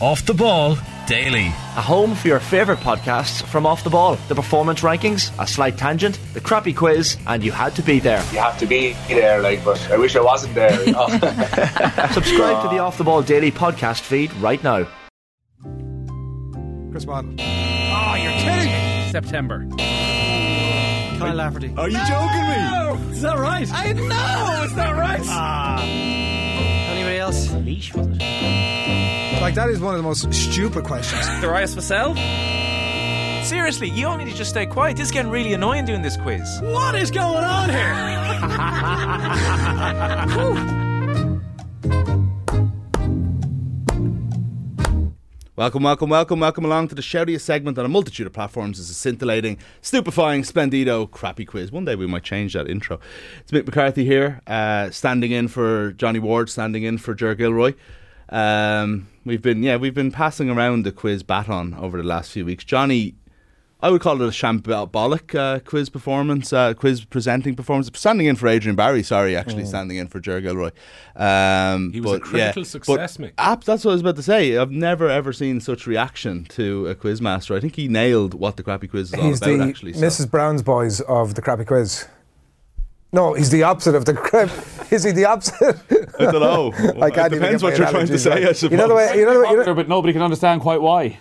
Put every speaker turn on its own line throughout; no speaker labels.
Off the ball daily.
A home for your favourite podcasts from Off the Ball, the performance rankings, a slight tangent, the crappy quiz, and you had to be there.
You have to be there, like, but I wish I wasn't there. You know?
Subscribe to the Off the Ball Daily podcast feed right now.
Chris Martin.
Oh, you're kidding me!
September.
Kyle Lafferty.
Are you joking me?
Is that right?
I know it's not right.
Ah.
Anybody else?
leash was it?
Like, that is one of the most stupid questions.
Darius Vassell.
Seriously, you all need to just stay quiet. This is getting really annoying doing this quiz.
What is going on here?
Welcome, welcome, welcome, welcome along to the shoutiest segment on a multitude of platforms. It's a scintillating, stupefying, splendido, crappy quiz. One day we might change that intro. It's Mick McCarthy here, uh, standing in for Johnny Ward, standing in for Jer Gilroy. Um, we've been, yeah, we've been passing around the quiz baton over the last few weeks. Johnny, I would call it a shambolic uh, quiz performance, uh, quiz presenting performance. Standing in for Adrian Barry, sorry, actually standing in for Jer Gilroy. Um,
Mm. He was a
but,
critical
but
success, Mick.
Ab- that's what I was about to say. I've never ever seen such reaction to a quiz master. I think he nailed what the crappy quiz is all
He's
about.
the
actually, so.
Mrs. Brown's boys of the crappy quiz. No, he's the opposite of the crap. Is he the opposite?
I don't know.
I can't
it
even get
depends what
my
you're trying to
analogies
say.
right.
I suppose.
You know the way. You know the way. You know,
Popular, but nobody can understand quite why.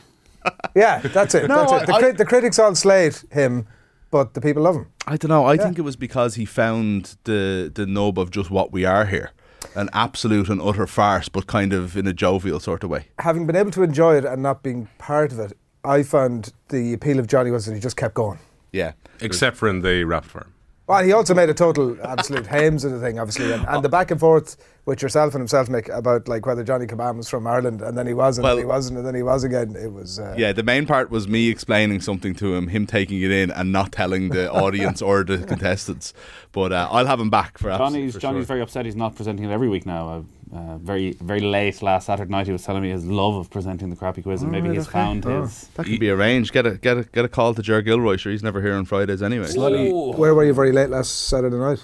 yeah, that's it.
No,
that's it. The,
I-
cri- the critics all slayed him, but the people love him.
I don't know. I think it was because he found the the nub of just what we are here, an absolute and utter farce, but kind of in a jovial sort of way.
Having been able to enjoy it and not being part of it, I found the appeal of Johnny was that he just kept going.
Yeah.
Except for in the rap firm.
Well, he also made a total absolute hames of the thing, obviously, and, and the back and forth with yourself and himself, Mick, about like whether Johnny Caban was from Ireland, and then he wasn't,
Well-
and he wasn't, and then he was again. It was uh,
Yeah, the main part was me explaining something to him, him taking it in and not telling the audience or the contestants. But uh, I'll have him back for abs-
Johnny's
for
Johnny's
sure.
very upset. He's not presenting it every week now. Uh, uh, very very late last Saturday night, he was telling me his love of presenting the crappy quiz, and maybe he's found his.
That could be arranged. Get a get a get a call to Jer Gilroy. Sure, he's never here on Fridays anyway.
Where were you very late last Saturday night?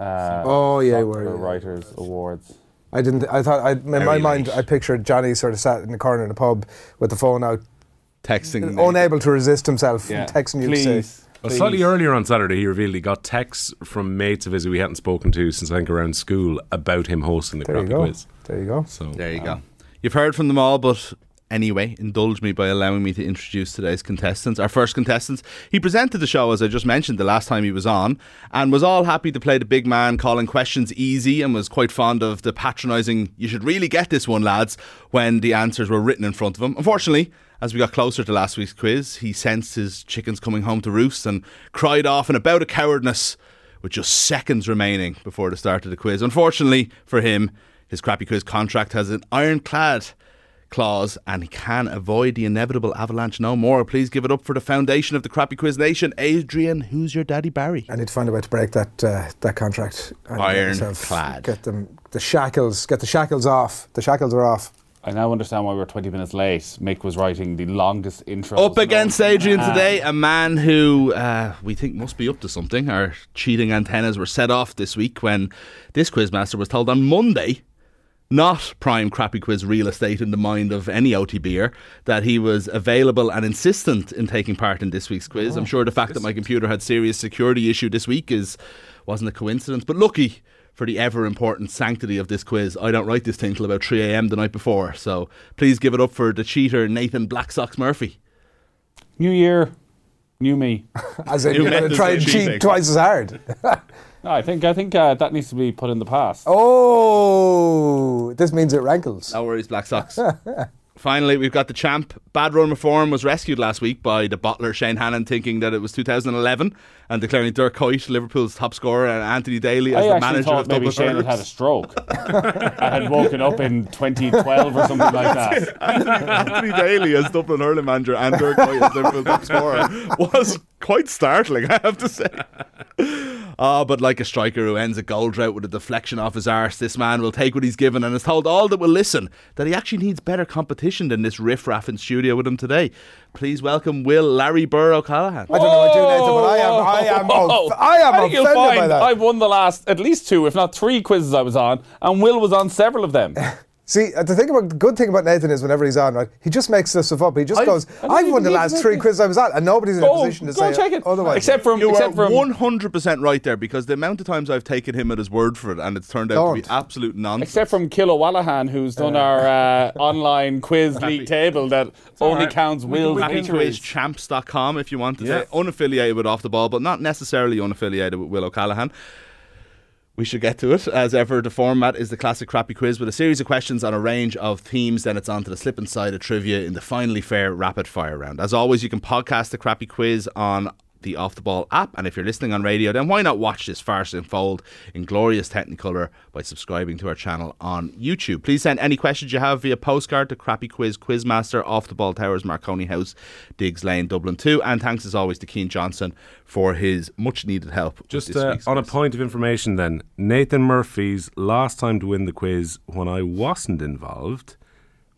Uh,
Oh, yeah,
Soccer
where-
Writers Awards.
I didn't. I thought. I, in my
Very
mind,
late.
I pictured Johnny sort of sat in the corner in a pub with the phone out,
Texting.
unable to resist himself, and texting you to say,
please.
Well,
please.
slightly earlier on Saturday, he revealed he got texts from mates of his who we hadn't spoken to since I think around school about him hosting the
"There you
crappy
go,
quiz.
there you go."
So
There you go. um, You've heard from them all, but anyway, indulge me by allowing me to introduce today's contestants. Our first contestants. He presented the show, as I just mentioned, the last time he was on, and was all happy to play the big man, calling questions easy, and was quite fond of the patronising, you should really get this one, lads, when the answers were written in front of him. Unfortunately, as we got closer to last week's quiz, he sensed his chickens coming home to roost and cried off in a bout of cowardness with just seconds remaining before the start of the quiz. Unfortunately for him, his crappy quiz contract has an ironclad clause and he can avoid the inevitable avalanche no more. Please give it up for the foundation of the crappy quiz nation, Adrian. Who's your daddy, Barry?
I need to find a way to break that uh, that contract. and get
Ironclad.
myself- Get them the shackles. Get the shackles off. The shackles are off.
I now understand why we were 20 minutes late. Mick was writing the longest intro. Uh,
Up against Adrian today, a man who uh, we think must be up to something. Our cheating antennas were set off this week when this quizmaster was told on Monday, not prime crappy quiz real estate in the mind of any OTBer, that he was available and insistent in taking part in this week's quiz. I'm sure the fact that my computer had serious security issue this week is wasn't a coincidence, but lucky. For the ever important sanctity of this quiz, I don't write this thing till about 3 a.m. the night before. So please give it up for the cheater Nathan Black Sox Murphy.
New year, new me.
As in,
You
you're going
meant
to
to
try
say
and
cheating.
cheat twice as hard.
No, I think I think uh, that needs to be put in the past.
Oh, this means it rankles.
No worries, Black Sox. Finally, we've got the champ. Bad Run Reform was rescued last week by the bottler Shane Hannon, thinking that it was 2011 and declaring Dirk Coit, Liverpool's top scorer, and Anthony Daly as
I
the
actually
manager
thought
of
maybe
Dublin
Shane had
Hurlers.
had a stroke. I had woken up in 2012 or something like that.
Anthony Daly as Dublin Hurling manager and Dirk Coit as Liverpool's top scorer was quite startling, I have to say. Ah, but like a striker who ends a goal drought with a deflection off his arse, this man will take what he's given and has told all that will listen that he actually needs better competition than this riffraff in studio with him today. Please welcome Will Larry Burr O'Callaghan.
I don't know what you Nathan, but I am, I am,
Whoa.
off- I am
Oh, think you'll
offended by
find
that.
I've won the last at least two, if not three quizzes I was on, and Will was on several of them.
See, uh, the thing about the good thing about Nathan is whenever he's on, right, he just makes this stuff up. He just
I-
goes,
I don't
"I've
even
won the
need to
last
make
three
it."
quizzes I was at," and nobody's in a
Go,
position to
go
say
check it.
otherwise.
Except from
You are
except from
one hundred percent right there because the amount of times I've taken him at his word for it and it's turned out to be
Don't.
absolute nonsense.
Except from Kilo Wallahan, who's done our uh, online quiz league table that only
alright.
counts Will's
Happy
entries.
champs.com if you want to
Yeah.
say unaffiliated with off the ball but not necessarily unaffiliated with will o'callaghan we should get to it as ever the format is the classic crappy quiz with a series of questions on a range of themes then it's on to the slip and slide of trivia in the finally fair rapid fire round as always you can podcast the crappy quiz on the off the ball app and if you're listening on radio then why not watch this farce unfold in glorious technicolor by subscribing to our channel on youtube please send any questions you have via postcard to crappy quiz quizmaster off the ball towers marconi house diggs lane dublin 2 and thanks as always to keen johnson for his much needed help with
Just
this
uh,
week's
on a
quiz.
point of information, then Nathan Murphy's last time to win the quiz when I wasn't involved.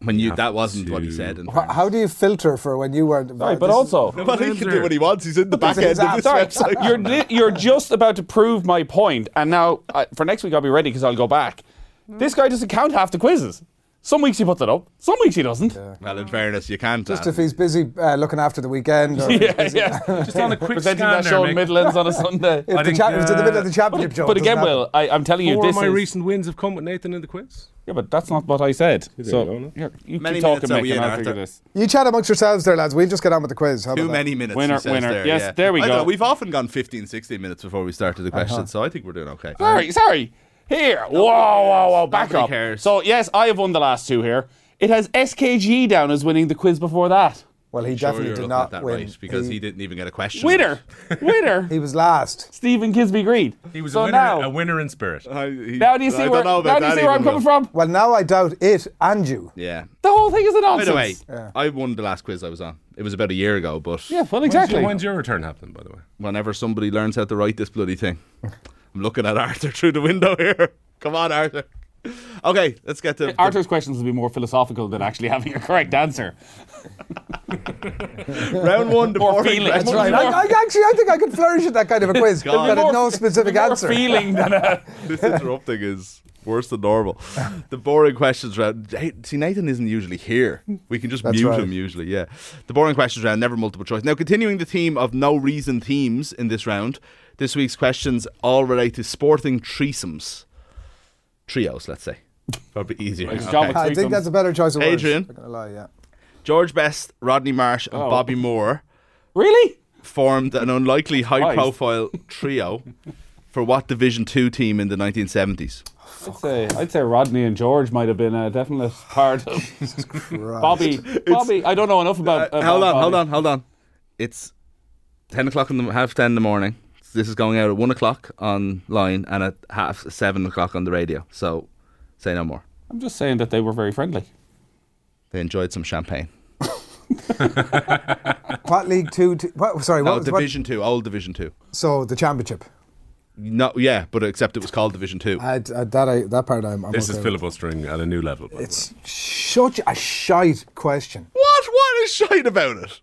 when you
have
that wasn't what he
to-
said. in
H-
fairness.
how do you filter for when you weren't?
Sorry, but
this is-
also,
well, he can do what he wants. He's in the back end of this
Sorry,
website.
you're li- you're just about to prove my point, and now uh, for next week I'll be ready because I'll go back. This guy doesn't count half the quizzes. Some weeks he puts it up, some weeks he doesn't.
well, in fairness, you can't.
just
Dan.
if he's busy uh, looking after the weekend. Or
Yeah, yeah.
Just on a quick
Presenting that show in Midlands on a Sunday.
If
I
the
think,
cha- if it's in the middle of the
uh,
championship,
But,
Joe,
but
it
again,
doesn't
Will, I, I'm telling you,
Four of
this
my
is.
recent wins have come with Nathan in the quiz.
yeah, but that's not what I said.
you go,
So
no?
here, you
Many
keep talking,
minutes are
Mick,
we
and
in,
I'll figure
Arthur?
this.
happen. you chat amongst yourselves there, lads. We'll just get on with the quiz. How
Too
about that?
many minutes.
Winner,
he says
winner.
There,
Yes,
yeah.
there we
I
go. Uh-huh.
Know, we've often gone 15, 16 minutes before we started the question, so I think we're doing okay.
Sorry, sorry. Here. Whoa, whoa, whoa. Back
Nobody
up.
cares.
So, yes, I have won the last two here. It has SKG down as winning the quiz before that.
Well, he
Sure
definitely
you're
did
looking
not
at that
win
right because he, didn't even get a question.
Winner. Winner.
He was last.
Stephen Kisby Green.
He was
so
a, winner,
now,
a winner in spirit.
I- he-
now do you
I
see
don't
where, now
know about
do you
that
see where I'm
even,
coming
Will.
from?
Well, now I doubt it and you.
Yeah.
The whole thing is a
By
nonsense.
the way, I won the last quiz I was on. It was about a year ago, but
Yeah, well,
When's your,
exactly.
when's your return happening, by the way?
whenever somebody learns how to write this bloody thing. I'm looking at Arthur through the window here. Come on, Arthur. Okay, let's get to
Arthur's questions will be more philosophical than actually having a correct answer.
round one. The
More
boring
feeling.
question.
That's
Right.
More-
I, I actually, I think I could flourish at that kind of a quiz, but
God.
I had no
More
specific answer.
feeling than a,
this interrupting is worse than normal. The boring questions round. Hey, See, Nathan isn't usually here. We can just
That's
mute
right.
him usually. Yeah. The boring questions round, never multiple choice. Now, continuing the theme of no reason themes in this round, this week's questions all relate to sporting threesomes, trios. Let's say probably easier.
Nice job.
Okay.
I think that's a better choice of
Adrian.
words. Not gonna lie, yeah.
George Best, Rodney Marsh, and
Oh.
Bobby Moore
Really?
formed an unlikely
Christ.
high-profile trio for what Division Two team in the 1970s?
I'd say, I'd say Rodney and George might have been a definite part of Bobby. Bobby, I don't know enough about.
Uh,
about
hold on,
Bobby.
hold on, hold on. It's ten o'clock in the half ten in the morning. This is going out at one o'clock online and at half seven o'clock on the radio. So say no more.
I'm just saying that they were very friendly.
They enjoyed some champagne.
What league two? t- what, sorry,
No,
what, was- what-
Oh, Division Two, old Division Two.
So the championship.
No, yeah, but except it was called Division Two.
I, I, that I, that part I'm. I'm
This
okay
is
with.
filibustering at a new level. By the way.
It's such a shite question.
what? What is shite about it?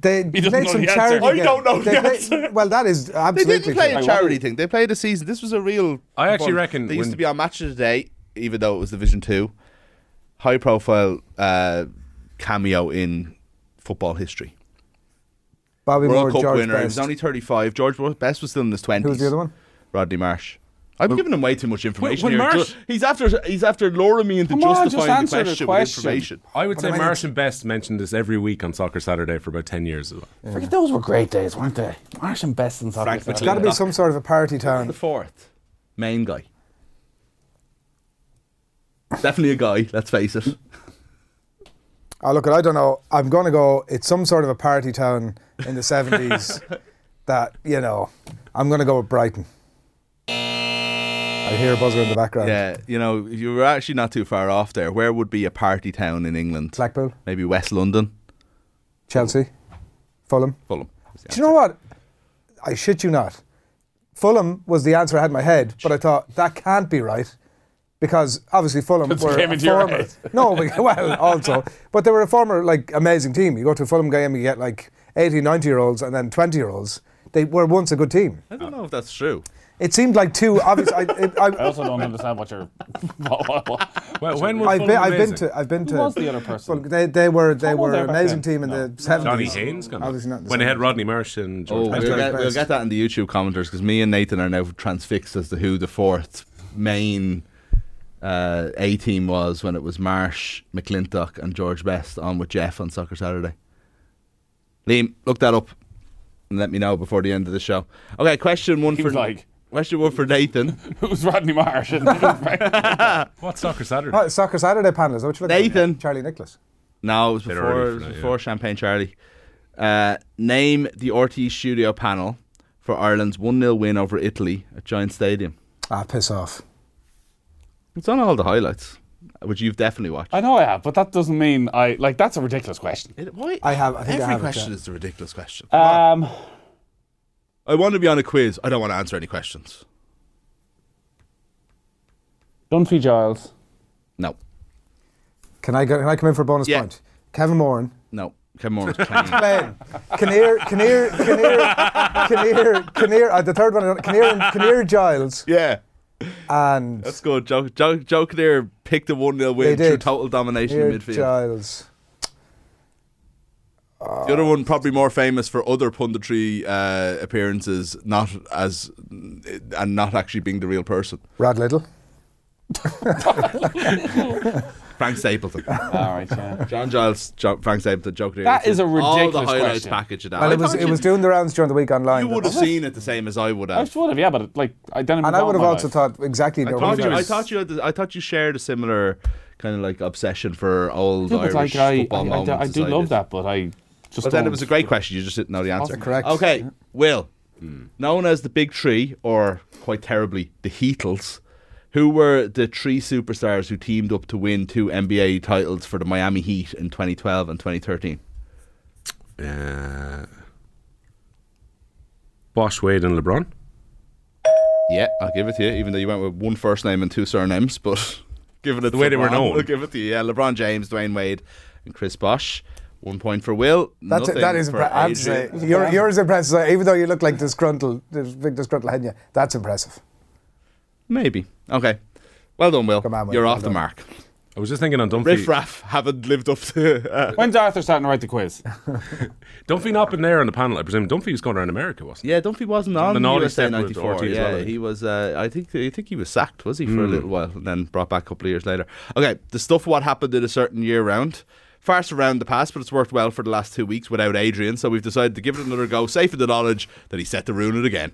They
doesn't
played
know
some
the answer.
charity.
I
game.
don't know
They
the
play-
answer.
Well, that is
They
absolutely.
didn't play
true.
a charity thing. They played a season. This was a real.
I actually
one.
reckon
they used
when-
to be on match of the day, even though it was Division Two. High profile uh, cameo in football history.
Bobby Moore,
World Cup
George
winner.
Best.
He was only 35. George Best was still in his 20s.
Who was the other one?
Rodney Marsh. I'm giving him way too much information
Will
here.
Marsh-
He's after he's after luring me into
Come on, just
justifying
answer
the
the
question,
question.
with information.
I would say
I mean,
Marsh and Best mentioned this every week on Soccer Saturday for about 10 years as well.
Forget those were great days, weren't they? Marsh and Best and
Frank
Soccer.
McLean.
Got to be
Doc.
some sort of a party town.
The fourth main guy. Definitely a guy. Let's face it.
Oh, look, I don't know. I'm going to go. It's some sort of a party town in the 70s that, you know, I'm going to go with Brighton. I hear a buzzer in the background.
Yeah, you know, if you were actually not too far off there. Where would be a party town in England?
Blackpool,
Maybe West London,
Chelsea, Fulham.
Fulham.
Do you know what? I shit you not. Fulham was the answer I had in my head, but I thought that can't be right because obviously Fulham were
came
a
into your
former.
head.
No, we- well, also, but they were a former like amazing team. You go to a Fulham game, you get like 80, 90 year olds, and then 20 year olds. They were once a good team.
I don't know if that's true.
It seemed like two obvious. I, it, I,
I also don't understand what you're. what, what, what-
Well, when was
I've been,
Fulham
I've been
amazing?
to. I've been to.
Who was the other person?
Well, they, they were they
Someone
were
there
an
back
amazing
then.
team in
No.
the seventies.
Johnny Haynes? gone.
Obviously not the
when they had
70s.
Rodney Marsh and
Oh,
George
we'll
Best.
get,
Best.
we'll get that in the YouTube commenters because me and Nathan are now transfixed as to who the fourth main uh, A team was when it was Marsh, McClintock, and George Best on with Jeff on Soccer Saturday. Liam, look that up and let me know before the end of the show. Okay, question one
He
for
was like-
question one for Nathan.
It was Rodney Marsh. And
What's Soccer Saturday?
Oh, Soccer Saturday panel. Is that what you're looking
Nathan.
for? Charlie Nicholas.
No, it was
Bit
before,
early
it
for
was
that, yeah.
before Champagne Charlie. Uh, name the RT studio panel for Ireland's 1 0 win over Italy at Giant Stadium.
Ah, piss off.
It's on all the highlights, which you've definitely watched.
I know I have, but that doesn't mean I like. That's a ridiculous question.
It- why-
I have- I think I
every
have it,
question
yeah.
is a ridiculous question.
Um,
I want to be on a quiz. I don't want to answer any questions.
Dunphy Giles.
No,
Can I go, can I come in for a bonus
Yeah.
point? Kevin Moran.
no. Kevin Moore was playing.
Ben. Kinnear, Kinnear, Kinnear, Kinnear, Kinnear, uh, the third one, I don't- Kinnear, and- Kinnear Giles,
yeah,
and
that's good. Joe Joe Joe Kinnear picked a one 0
They
win through
did.
total domination
Kinnear
in midfield.
Giles.
The other one probably more famous for other punditry uh, appearances, not as and not actually being the real person.
Rod Little.
Frank Stapleton,
All right, yeah.
John Giles, jo- Frank Stapleton, Joe Kinnear.
That is a
all the
ridiculous
highlights
question.
package of that.
Well,
I
it was
thought
it
you-
was doing the rounds during the week online.
You would have seen it the same as I would
I
have.
should have, yeah, but like I don't.
and I would have also thought exactly.
I
the
thought, you,
original.
I thought you. Had the, I thought you shared a similar kind of like obsession for old
Yeah,
Irish
but, like, I, I,
football
I,
moments.
do- I
as
do
I
love
did.
that, but I just.
But then it
don't.
was a great question. You just didn't know the answer.
That's correct.
Okay, Will,
Hmm.
known as the Big Three, or quite terribly the Heatles, who were the three superstars who teamed up to win two NBA titles for the Miami Heat in 2012 and 2013?
Uh, Bosch, Wade, and LeBron.
Yeah, I'll give it to you, even though you went with one first name and two surnames, but given it the
way they were known.
I'll give it to you. Yeah, LeBron James, Dwayne Wade, and Chris Bosh. One point for Will.
That's
nothing
that is
for
impre- I have to say,
Adrian.
your, yours is impressive. Even though you look like disgruntled, this big disgruntled head, in you, that's impressive.
Maybe. Okay. Well done, Will.
Come on, Will.
You're
Well
off the
done.
mark.
I was just thinking on Dunphy.
Riff Raff haven't lived up to. Uh,
When's Arthur starting to write the quiz?
Dunphy not been there on the panel, I presume. Dunphy was going around America, wasn't he?
yeah, Dunphy wasn't on
The naughty
USA
step was
'94.
already as well,
yeah,
I think. Hmm.
he was. Uh, I think. I think he was sacked. Was he for a little while, and then brought back a couple of years later. Okay, the stuff what happened in a certain year round. Farce around the past, but it's worked well for the last two weeks without Adrian, so we've decided to give it another go, safe in the knowledge that he set to ruin it again.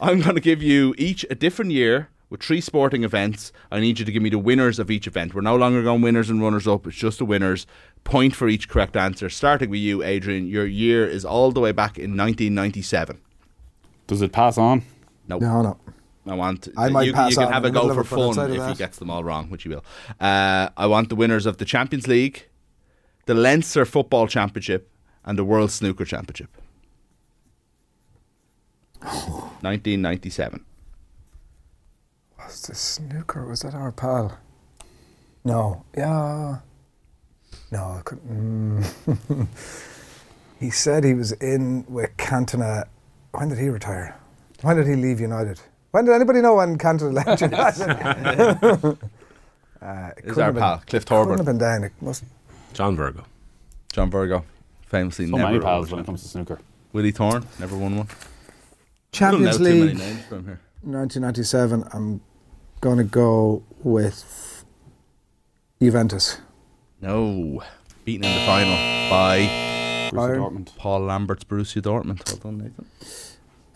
I'm going to give you each a different year with three sporting events. I need you to give me the winners of each event. We're no longer going winners and runners up, it's just the winners. Point for each correct answer. Starting with you, Adrian, your year is all the way back in 1997.
Does it pass on?
No,
No, no.
I want.
I might
you,
pass
you can
out
have a
in the
go
middle of
for
it, but
fun
outside of
if he
that-
gets them all wrong, which he will. Uh, I want the winners of the Champions League, the Leinster Football Championship, and the World Snooker Championship. 1997.
Was this snooker? Was that our pal? No. Yeah. No. I couldn't. Mm. he said he was in with Cantona. When did he retire? When did he leave United? When did anybody know when Cantona left United? uh, it
Is
couldn't
our
have been-
pal Cliff
Couldn't have
Torbert,
been down. It must.
John Virgo.
John Virgo, famously
So
never
many
won
pals when
one.
it comes to snooker.
Willie Thorne never won one. I don't know
Champions
too many
League,
names from here.
1997. I'm gonna go with Juventus.
No, beaten in the final by
Borussia
Bayern.
Dortmund.
Paul Lambert's Borussia Dortmund. Hold on, Nathan.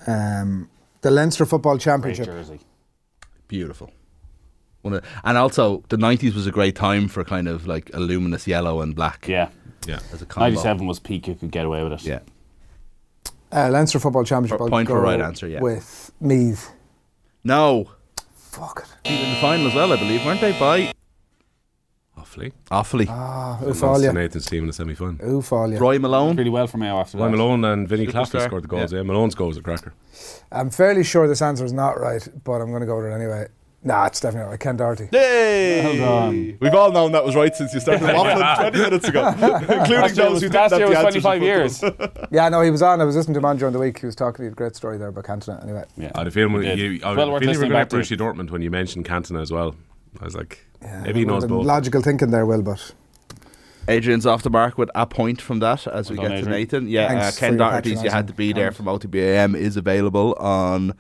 Um, the Leinster Football
Great
Championship.
jersey.
beautiful. One of, and also the nineties was a great time for kind of like a luminous yellow and black
Yeah.
as a combo.
97 was peak, you could get away with it.
Yeah.
Uh, Leinster Football Championship.
For-
I'll
point for
go
right answer, yeah.
With Meath.
No.
Fuck it.
Beat in the final as well, I believe, weren't they? By
Awfully.
Offaly,
Ah,
Lost to
Ufalia.
Nathan's team in the semi final.
Ufalia.
Roy Malone.
Really well for Mayo after that.
Well, Malone and Vinnie
Superstar.
Claflin scored the goals.
Yeah.
Yeah. Malone's goal was a cracker.
I'm fairly sure this answer is not right, but I'm going to go with it anyway. Nah, it's definitely Ken Doherty.
Yay!
um,
on.
We've all known that was right since you started waffling 20 minutes ago, including
Last year
those
was-
who
last
didn't
year
have
was 25
the answers in front of
years.
them.
yeah, no, he was on. I was listening to man during the week. He was talking. He had a great story there about Cantona. Anyway,
I had a feeling when
did.
you, I
Well
well,
worth
feeling you were
listening
going
back
to
to.
Borussia Dortmund when you mentioned Cantona as well. I was like, maybe he
Well,
knows
the
both.
Logical thinking there, Will, but
Adrian's off the mark with a point from that as we
Well done,
get to
Adrian.
Nathan. Yeah, uh,
Thanks for
Ken
your
Doherty's You
patronising
Had to Be There
comment.
from OTBAM is available on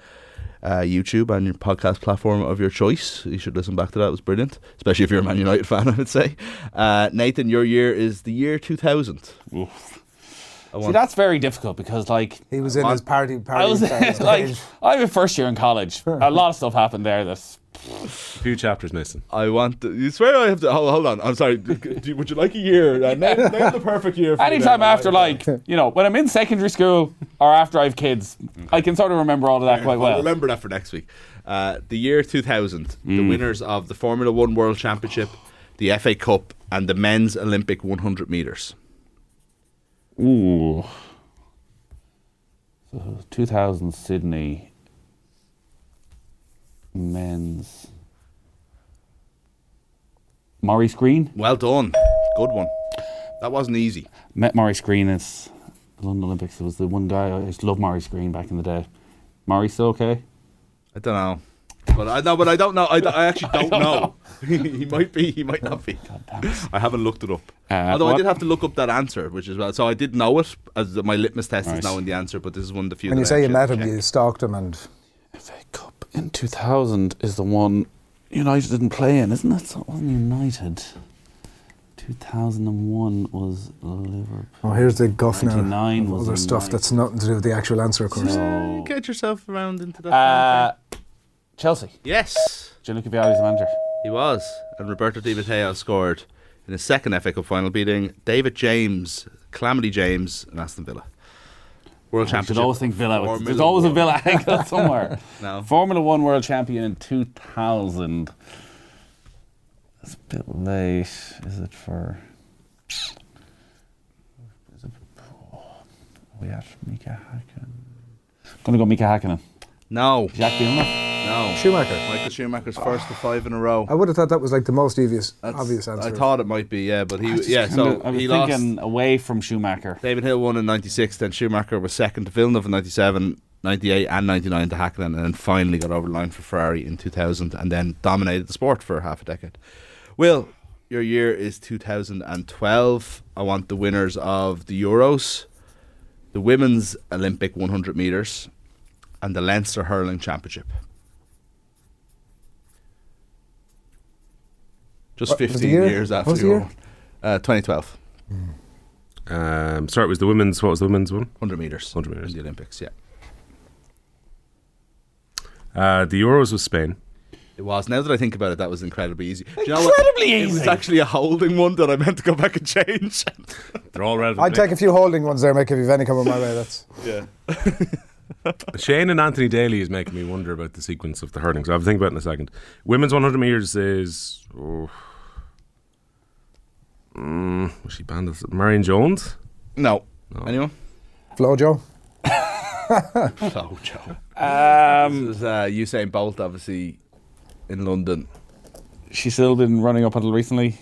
uh, YouTube and your podcast platform of your choice. You should listen back to that. It was brilliant, especially if you're a Man United fan, I would say. Uh, Nathan, your year is the year 2000. I
See,
want-
that's very difficult because, like,
he was in
I-
his party. party
I was
stage.
like, I'm in first year in college. A lot of stuff happened there. That's
few chapters missing.
I want. To, you swear I have to. Hold, hold on. I'm sorry. Do you- would you like a year? Uh, name, name the perfect year. For you
Anytime
then.
after, like, you know, when I'm in secondary school or after I have kids, I can sort of remember all of that quite
I'll
well.
remember that for next week. Uh, the year 2000, the
Mm.
winners of the Formula One World Championship, the FA Cup, and the men's Olympic 100 meters.
Ooh. So 2000 Sydney men's. Maurice Green.
Well done. Good one. That wasn't easy.
Met Maurice Green at the London Olympics. It was the one guy I used to love Maurice Green back in the day. Maurice still okay?
I don't know. But I no, but I don't know. I, I actually don't,
don't
know. he might be. He might not be. I haven't looked it up.
Uh,
Although I
what-
did have to look up that answer, which is well. So I did know it. As my litmus test is knowing the answer, but this is one of the few.
when
that
you
I
say you
actually-
met him, you stalked him, and
In 2000 is the one United didn't play in, isn't it? So it wasn't United. 2001 was Liverpool.
oh, here's the guff now.
99
of
was
Other stuff that's nothing to do with the actual answer, of course.
No.
Get yourself around into that.
Uh, Chelsea.
Yes.
Gianluca Vialli was the manager.
He was, and Roberto Di Matteo scored in his second FA Cup final, beating David James, Calamity James, and Aston Villa. World
I
Championship.
should always think Villa.
Formula
There's always a
One.
Villa angle somewhere.
No.
Formula One world champion in 2000. It's a bit late, is it for? Is it, oh, we have Mika Hakkinen. I'm gonna go Mika Hakkinen.
No.
Jack Villeneuve.
No.
Schumacher.
Michael Schumacher's first to five in a row.
I would have thought that was like the most obvious, obvious answer.
I thought it might be, yeah, but he,
I just
yeah, so
kinda- I was
he
thinking
lost.
away from Schumacher.
David Hill won in 96, then Schumacher was second to Villeneuve in 97, 98, and 99 to Hakkinen, and then finally got over the line for Ferrari in 2000, and then dominated the sport for half a decade. Will, your year is 2012. I want the winners of the Euros, the Women's Olympic 100 metres, and the Leinster Hurling Championship. Just
What was the
15
year?
years
What
after
was the
Euro.
year?
Uh, 2012.
Um, sorry, it was the women's. What was the women's one?
100 metres.
100 metres.
The Olympics, yeah.
Uh, the Euros was Spain.
It was. Now that I think about it, that was incredibly easy. Do you
Incredibly
It was
easy.
actually a holding one that I meant to go back and change.
They're all relevant.
I'd take a few holding ones there, Mick, if you've any coming my way. That's
yeah.
Shane and Anthony Daly is making me wonder about the sequence of the hurling. So I'll think about it in a second. Women's 100 meters is. Oh, mm, was she banned? as- Marion Jones?
No. Anyone?
Flojo.
so, Oh, Joe.
Um,
this is, uh, Usain Bolt, obviously, in London.
She's still been running up until recently.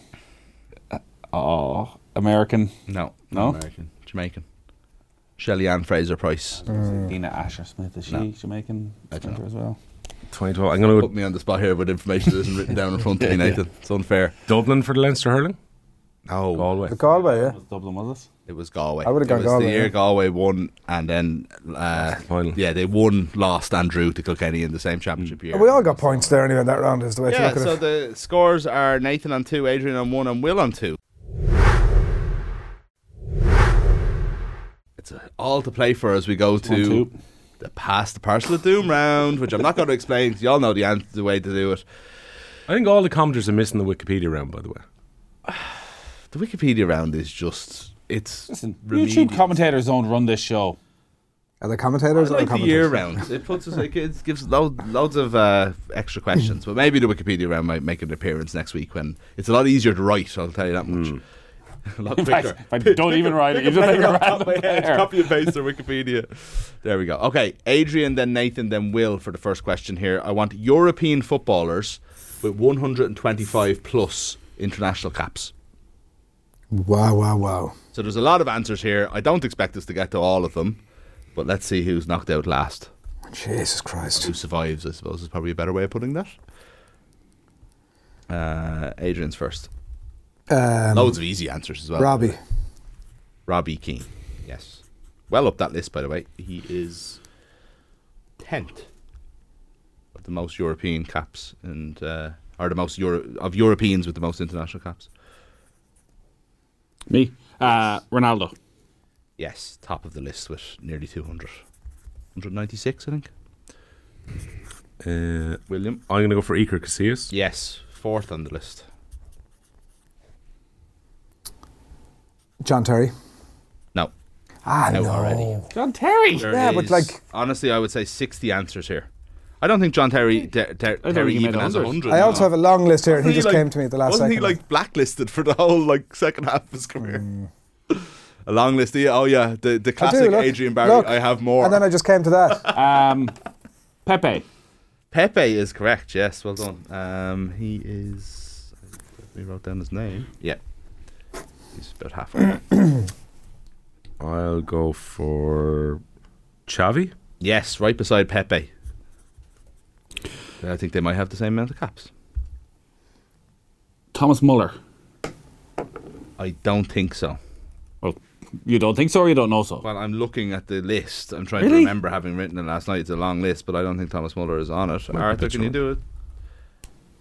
Uh, Oh, American.
No.
No?
American. Jamaican. Shelley Ann Fraser Price.
Dina Asher Smith is she
No.
Jamaican
I don't
sprinter as well?
2012. I'm going to
Put me on the spot here with information that isn't written down in front of me,
Yeah, yeah.
Nathan. It's unfair.
Dublin for the Leinster hurling?
No.
Galway.
The Galway, yeah.
Dublin was it?
It was Galway.
I would've
It
gone
was
Galway,
The year
yeah.
Galway won, and then uh, yeah, they won, lost, and drew to Kilkenny in the same championship year.
We all got points there anyway. That round is the way
yeah,
to look at
so
it.
the scores are Nathan on two, Adrian on one, and Will on two. It's uh, all to play for as we go
One,
to
two.
the past the parcel of doom round, which I'm not going to explain because you all know the, answer, the way to do it.
I think all the commenters are missing the Wikipedia round, by the way.
The Wikipedia round is just it's
Listen,
remedial.
YouTube commentators don't run this show.
Are the commentators
I
or
like the
commentators?
year round. It puts us like it gives load, loads of uh, extra questions,
Hmm.
but maybe the Wikipedia round might make an appearance next week when it's a lot easier to write. I'll tell you that much. a lot
In fact,
quicker.
I don't even write it. You just make a
off
random
my head,
player.
copy and paste or Wikipedia. There we go. Okay, Adrian, then Nathan, then Will for the first question here. I want European footballers with 125 plus international caps.
Wow, wow, wow.
So there's a lot of answers here. I don't expect us to get to all of them, but let's see who's knocked out last.
Jesus Christ.
Who survives, I suppose, is probably a better way of putting that. Uh, Adrian's first.
Um,
Loads of easy answers as well.
Robbie.
Robbie Keane. Yes. Well up that list, by the way. He is 10th of the most European caps and uh, are the most Euro- of Europeans with the most international caps.
Me, uh, Ronaldo.
Yes, top of the list with nearly 200. 196, I think.
Uh,
William.
I'm going to go for Iker Casillas.
Yes, fourth on the list.
John Terry.
No.
Ah,
Out
no.
already.
John Terry.
There
yeah, but
is-
like,
honestly, I would say sixty answers here. I don't think John Terry Ter- Ter-
think
Terry
he made
even has
a
a
hundred.
hundred.
I also have a long list here, and he
Wasn't
just came to me at the last
wasn't
second.
he like blacklisted for the whole like second half of his career? A long list. Yeah. Oh yeah, the
Mm. I do,
the classic
look,
Adrian Barry.
look,
I have more.
And then I just came to that.
um, Pepe.
Pepe is correct. Yes, well done. Um, he is. We wrote down his name. Yeah, he's about halfway.
I'll go for Chavi.
yes, right beside Pepe. I think they might have the same amount of caps.
Thomas Muller.
I don't think so.
Well, you don't think so, or you don't know so.
Well, I'm looking at the list. I'm trying to
Really?
remember having written it last night. It's a long list, but I don't think Thomas Muller is on it.
Might be
Arthur,
a
can you
bit
do it?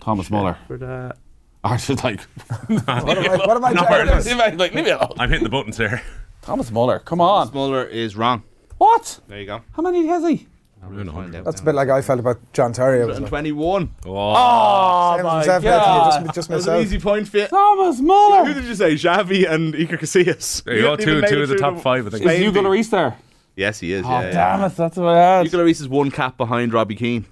Thomas Muller.
For that.
Arthur's like,
What am I? What am I?
No,
trying
Ireland.
to do?
like, leave me alone.
I'm hitting the buttons here.
Thomas Muller. Come on.
Muller is wrong.
What?
There you go.
How many has he?
That's a bit like I felt about John Terry. I was like,
121.
Oh,
same as
my
myself, Nathan, you
God.
just, just
That was
miss
an
out.
easy point fit.
Thomas Muller.
Who did you say? Xavi and Iker Casillas.
There you go,
haven't
two
even
and two
made it
of the
through
top five, I think.
Is Hugo Lloris there?
Yes, he is.
Oh,
yeah, yeah.
damn it. That's what I had.
Hugo Lloris is one cap behind Robbie Keane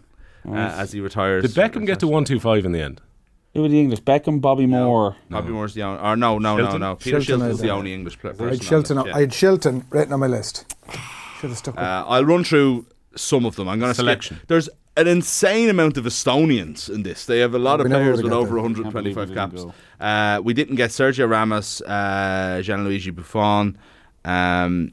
uh, as he retires.
Did Beckham get to 125 in the end?
Who were the English? Beckham, Bobby Moore.
Bobby Moore's the only. Or no, no, no,
Shilton?
no. Peter
Shilton
Shilton's
is
the
on
only English player.
I had Shilton. I had Shilton written on my list. Should have stuck with.
Uh, I'll run through some of them. I'm going to
Selection.
Skip. There's an insane amount of Estonians in this. They have a lot
We
of
never
players
would've
with
got
over
there.
Can't
125
believe we
caps.
didn't
Uh, we didn't get Sergio Ramos, uh, Gianluigi Buffon, um,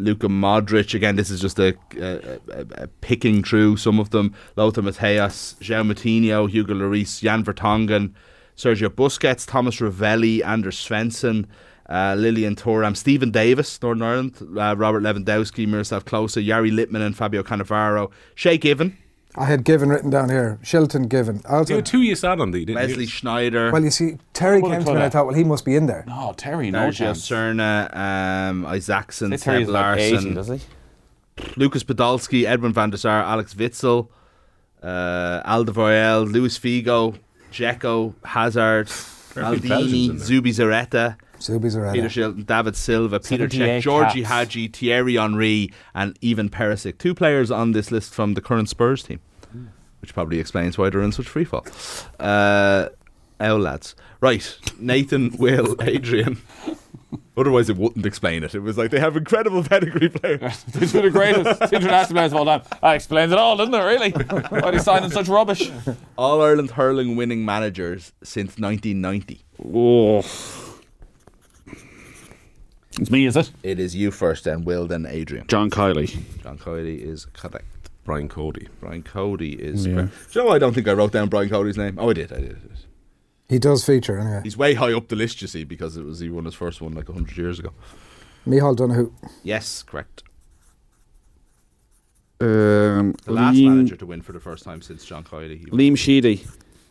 Luka Modric. Again, this is just a, a, a, a picking through some of them. Lothar Mateus, João Moutinho, Hugo Lloris, Jan Vertonghen, Sergio Busquets, Thomas Ravelli, Anders Svensson, uh, Lillian Thuram, Stephen Davis, Northern Ireland, uh, Robert Lewandowski, Miroslav Klose, Yari Littman and Fabio Cannavaro, Shay Given,
I had Given written down here. Shilton Given.
You
Also,
had two you sat on, the didn't
Leslie
you?
Schneider,
well, you see, Terry
What a
came to me, and I
colour.
thought, well, he must be in there.
Oh, Terry, no
Sergio
chance.
Cerna, um, Isaacson,
Say Terry's
Ted
like 80,
Larson,
does he?
Lucas Podolski, Edwin van der Sar, Alex Witzel, uh, Aldevoyel, Luis Figo, Jeko, Hazard,
few Belgians
Maldini,
in there.
Zubi Zareta,
Zubi's already.
Peter Shilton, David Silva, Peter
78
Cech, Georgi
caps.
Hadji, Thierry Henry, and even Perisic. Two players on this list from the current Spurs team, which probably explains why they're in such freefall. Uh, oh, lads. Right, Nathan, Will, Adrian. Otherwise, it wouldn't explain it. It was like they have incredible pedigree players.
He's been the greatest international players of all time. That explains it all, doesn't it, really? Why they signing such rubbish?
All Ireland hurling winning managers since 1990.
Oh. It's me, is it?
It is you first, then Will, then Adrian.
John Kiley.
John Cody is correct.
Brian Cody.
Brian Cody is correct. Do you know, what? I don't think I wrote down Brian Cody's name. Oh, I did. I did. I did.
He does feature anyway.
He's way high up the list, you see, because it was he won his first one like hundred years ago.
Michal Donahue.
Yes, correct.
Um,
The last
Liam-
manager to win for the first time since John Coyley. He
Liam Sheedy.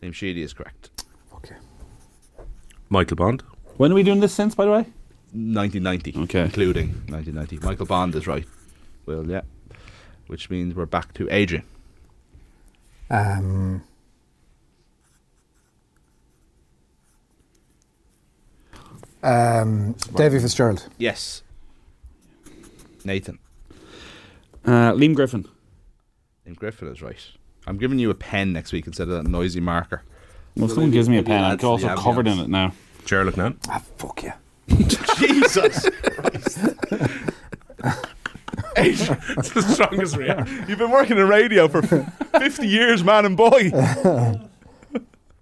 Liam Sheedy is correct.
Okay.
Michael Bond.
When are we doing this since, by the way?
1990,
Okay.
including 1990. Michael Bond is right. Well, yeah, which means we're back to Adrian.
Um, um, Davy Fitzgerald.
Yes. Nathan,
Uh, Liam Griffin.
Liam Griffin is right. I'm giving you a pen next week instead of that noisy marker.
Well, someone gives me a pen.
Yeah,
I'm
that's
also
the
covered in
ambience.
it now.
Gerald McNann.
Ah, fuck yeah.
Jesus.
it's the strongest reaction.
You've been working in radio for 50 years, man and boy.
that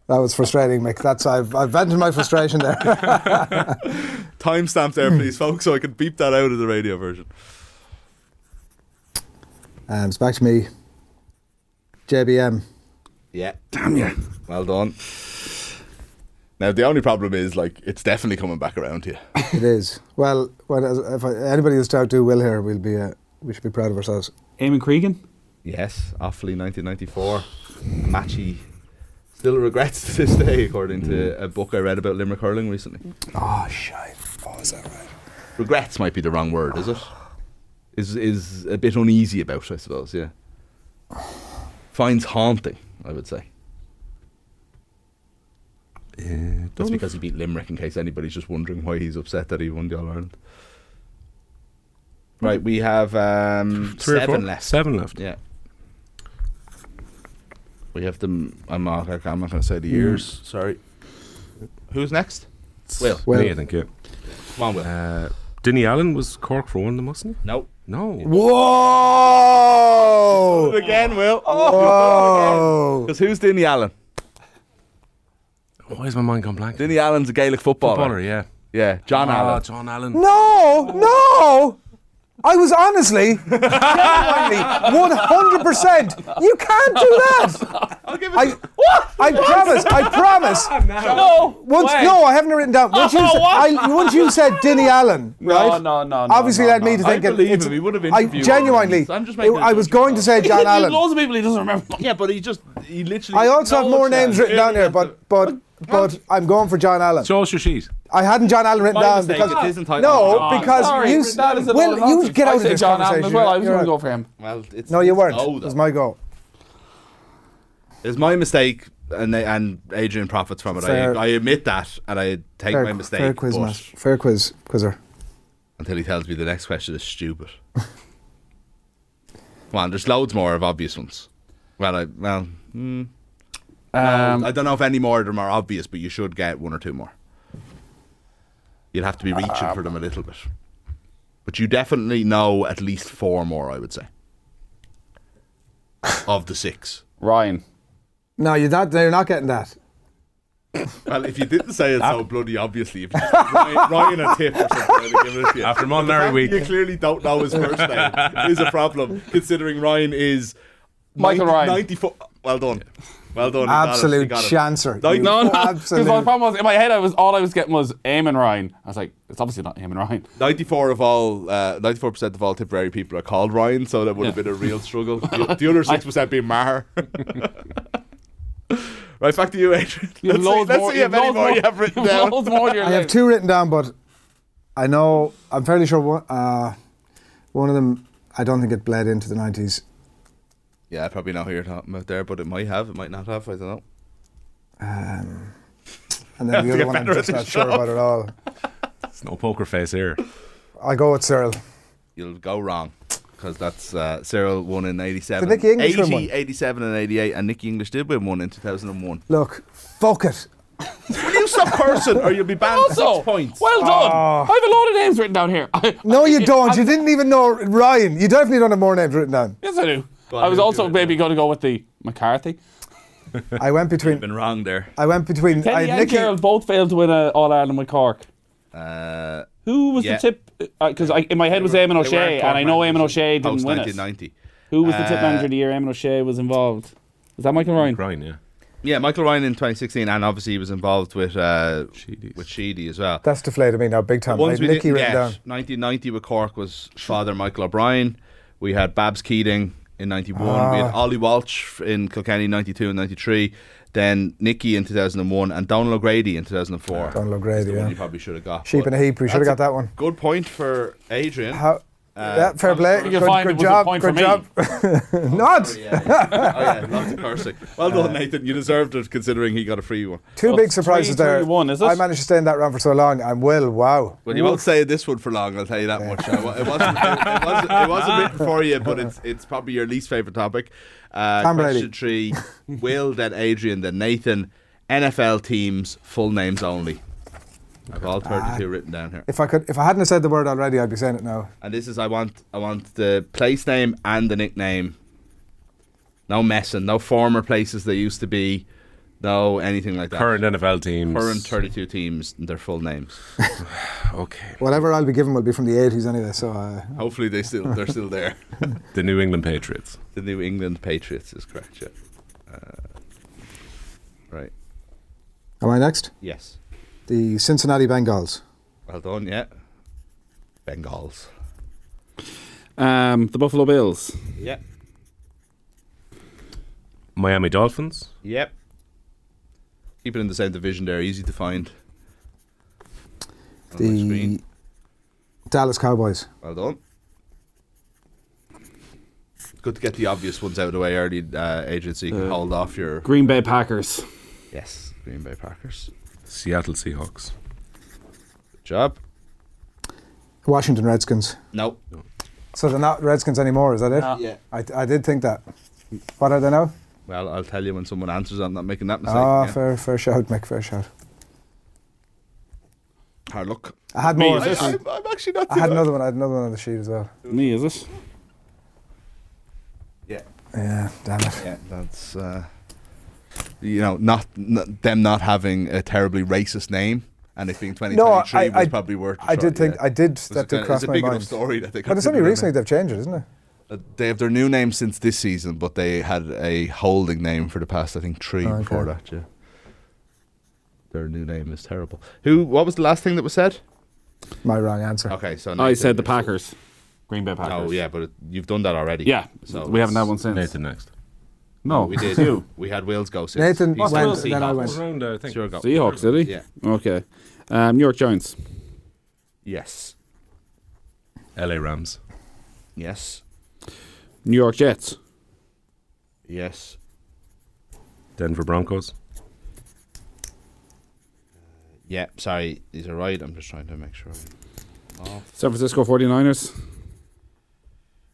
was frustrating, Mick. That's I've, I've vented my frustration there.
Timestamp there, please, folks, so I can beep that out of the radio version.
um, it's back to me. JBM.
Yeah. Damn you. Well done. Now, the only problem is, like, it's definitely coming back around to you.
It is. Well, when, as- if I, anybody is to outdo Will here, we'll be uh, we should be proud of ourselves.
Eamon Cregan.
Yes, awfully 1994. Matchy still regrets to this day, according to a book I read about Limerick hurling recently.
Oh, Mm. shite. Oh, is that right?
Regrets might be the wrong word, is it? Is is a bit uneasy about, I suppose. Yeah, finds haunting. I would say. That's because he beat Limerick. In case anybody's just wondering why he's upset that he won the All Ireland. Right, we have um,
Three or
seven
four?
left.
Seven left.
Yeah. We have them. I'm not. I'm not going to say
Mm.
the years. Sorry. Who's next? Will.
Well, me, I think, yeah.
Come on, Will.
Uh, Denny Allen was Cork for one of them, wasn't he?
No.
No.
Whoa! Again, Will. Oh, because who's Dinny Allen?
Why has my mind gone blank?
Dinny Allen's a Gaelic footballer.
Footballer, yeah.
Yeah, John
Ah,
Allen.
John Allen.
No, no. I was honestly, genuinely, one hundred percent. You can't do that. I'll give it I, what? I promise. I promise.
No.
Once,
way.
no, I haven't written down. Once you,
Oh,
said,
what?
I, once you said Dinny Allen,
Oh, No,
right?
no, no, no,
Obviously,
no,
led me
no.
to
I
think it-
believe
it's,
him. He would have
I
interviewed him.
genuinely,
I'm just
it-
making a
I was going to say John Allen.
Loads of people he doesn't remember.
Yeah, but he just he literally.
I also have
no
more
chance.
names written down here, but but but I'm going for John Allen.
Show us your sheet.
I hadn't John Allen written
My
down
mistake,
because
it is entitled
no,
John Allen.
because
Sorry,
you
but that is a lot of
well you
nonsense.
get
I
out of
said
this
John Allen
conversation
as well. I was
You're right.
going to go for him.
Well, it's,
No, you weren't.
Oh,
It was my go.
It's my mistake, and they, and Adrian profits from it. I,
Fair.
I admit that, and I take my mistake.
fair quiz,
but
master. Fair quiz, quizzer.
until he tells me the next question is stupid. Come on, there's loads more of obvious ones. Well, I well, hmm.
Um,
I don't know if any more of them are obvious, but you should get one or two more. You'd have to be reaching for them a little bit, but you definitely know at least four more. I would say of the six.
Ryan.
No, you're not. You're not getting that.
Well, if you didn't say it so bloody obviously, if you just give Ryan, Ryan a tip or something, I'd give it to
After
you. The fact
Monary
that
week.
You clearly don't know his first name is a problem, considering Ryan is
Michael Ryan.
94. Well done. Well done. you got it, you
Absolute
got it.
chancer.
No,
you
No, no. Because my
Absolute.
problem was in my head. I was all I was getting was Eamon Ryan. I was like, it's obviously not Eamon Ryan.
94 of all, uh, 94% of all Tipperary people are called Ryan, so that would have been a real struggle. The, the other 6% being Maher. right, back to you, Adrian.
You have
let's see,
loads
let's
more-
see
you
if
have
any
loads
more
more-
you have written
you have
down.
loads more in your
I have
life.
two written down, but I know I'm fairly sure one, uh, one of them. I don't think it bled into the '90s.
Yeah, I probably know who you're talking about there, but it might have, it might not have, I don't know.
Um, and then
Have to
the
get
other one, I'm
better at
just
this
not sure
job.
about at all.
It's no poker face here.
I'll go with Cyril.
you'll go wrong because that's uh, Cyril won in 87.
Did Nicky English
80,
win one?
87 and 88 and Nicky English did win one in 2001.
Look, fuck it.
Will you stop cursing or you'll be banned for
Also,
six points?
well done. I have a lot of names written down here.
No, you don't. You didn't even know Ryan. You definitely don't have more names written down.
Yes, I do.
Well,
I was
we'll
also
do it
maybe going to go with the McCarthy.
I went
You've
between.
been wrong there.
I went between. I
Kenny
had
and
Nicky.
Gerald both failed to win a All Ireland with Cork.
Uh,
Who was
Yeah.
the tip? Because I in my head was Eamon O'Shea, and I know Eamon O'Shea didn't win it.
1990.
Who was the tip
Uh,
manager of the year Eamon O'Shea was involved? Was that Michael Ryan?
Ryan, yeah.
Yeah, Michael Ryan in 2016, and obviously he was involved with uh,
Sheedy's.
with Sheedy as well.
That's deflated me now, big time. I had
Ones we
Nicky
didn't
written
get,
down.
1990 with Cork was Father Michael O'Brien. We had Babs Keating in 91. We had
Ah.
Ollie Walsh in Kilkenny 92 and 93. Then Nicky in 2001 and Donald O'Grady in 2004.
Donald Ah. O'Grady,
Is the one
yeah.
You probably should have got.
Sheep
but
in a heap. We should have got that one.
Good point for Adrian.
How? yeah, fair play.
You'll
Good,
find
good
it was a
job.
point
Good
for me.
job. Not
Yeah, yeah. oh, yeah, lots of cursing. Well
Uh.
done, Nathan. You deserved it considering he got a free one.
two
Well,
big surprises
three, three,
there.
one, is it?
I managed to stay in that round for so long. I'm Will. Wow.
Well, you won't stay in this one for long. I'll tell you that much. Uh, It wasn't, it, wasn't, it wasn't written for you, but it's it's probably your least favorite topic. Uh,
Tom Brady.
question three: Will, then Adrian, then Nathan. NFL teams, full names only. I've all
Ah.
32 written down here.
If I could, if I hadn't have said the word already, I'd be saying it now.
And this is I want I want the place name and the nickname. No messing, no former places they used to be, no anything like that.
Current NFL teams.
Current 32 teams and their full names.
okay.
Whatever I'll be given will be from the '80s anyway. So uh,
Hopefully they still they're still there.
the New England Patriots.
The New England Patriots is correct. Yeah. Uh, right.
am I next?
Yes.
The Cincinnati Bengals.
Well done. Yeah. Bengals.
Um, the Buffalo Bills.
Yeah.
Miami Dolphins.
Yep. Keep it in the same division there. Easy to find. On my
The
screen.
Dallas Cowboys.
Well done. Good to get the obvious ones out of the way early, uh, Adrian, so you can
Uh,
hold off your.
Green Bay Packers.
Yes, Green Bay Packers.
Seattle Seahawks.
Good job.
Washington Redskins.
Nope.
So they're not Redskins anymore, is that it?
No. Yeah.
I, I did think that. What are they now?
Well, I'll tell you when someone answers. I'm not making that mistake.
Ah,
again.
fair, fair shout, Mick, fair shout.
Hard luck.
I had
Me,
more.
is this- I- I'm actually not
I
too
had
bad.
another one. I had another one on the sheet as well.
Me, is it?
Yeah.
Yeah, damn it.
Yeah, that's. Uh, you know, not, not them not having a terribly racist name and it being 2023
I-
was
I-
probably worth. a
I
try,
did think
yeah.
I did.
It's
That
kinda-
did cross
it's a
my
big
mind.
enough story that they.
But it's only
considered it.
recently they've changed it, isn't it?
Uh, They have their new name since this season, but they had a holding name for the past, I think, three
Oh,
before
okay.
that. Yeah. Their new name is terrible. Who? What was the last thing that was said?
My wrong answer.
Okay, so
I
Nathan-
said the Packers. Green Bay Packers.
Oh yeah, but it, you've done that already.
Yeah,
so
we haven't had
it's-
one since.
Nathan next.
No,
we did.
You.
We had Will's go since.
Nathan
He's
went,
got
then I
Seahawks.
went.
Round, I think.
It's your go.
Seahawks, did he?
Yeah.
Okay. Um, New York Giants.
Yes.
LA Rams.
Yes.
New York Jets.
Yes.
Denver Broncos.
Yeah. Sorry, these are right. I'm just trying to make sure.
San Francisco 49ers.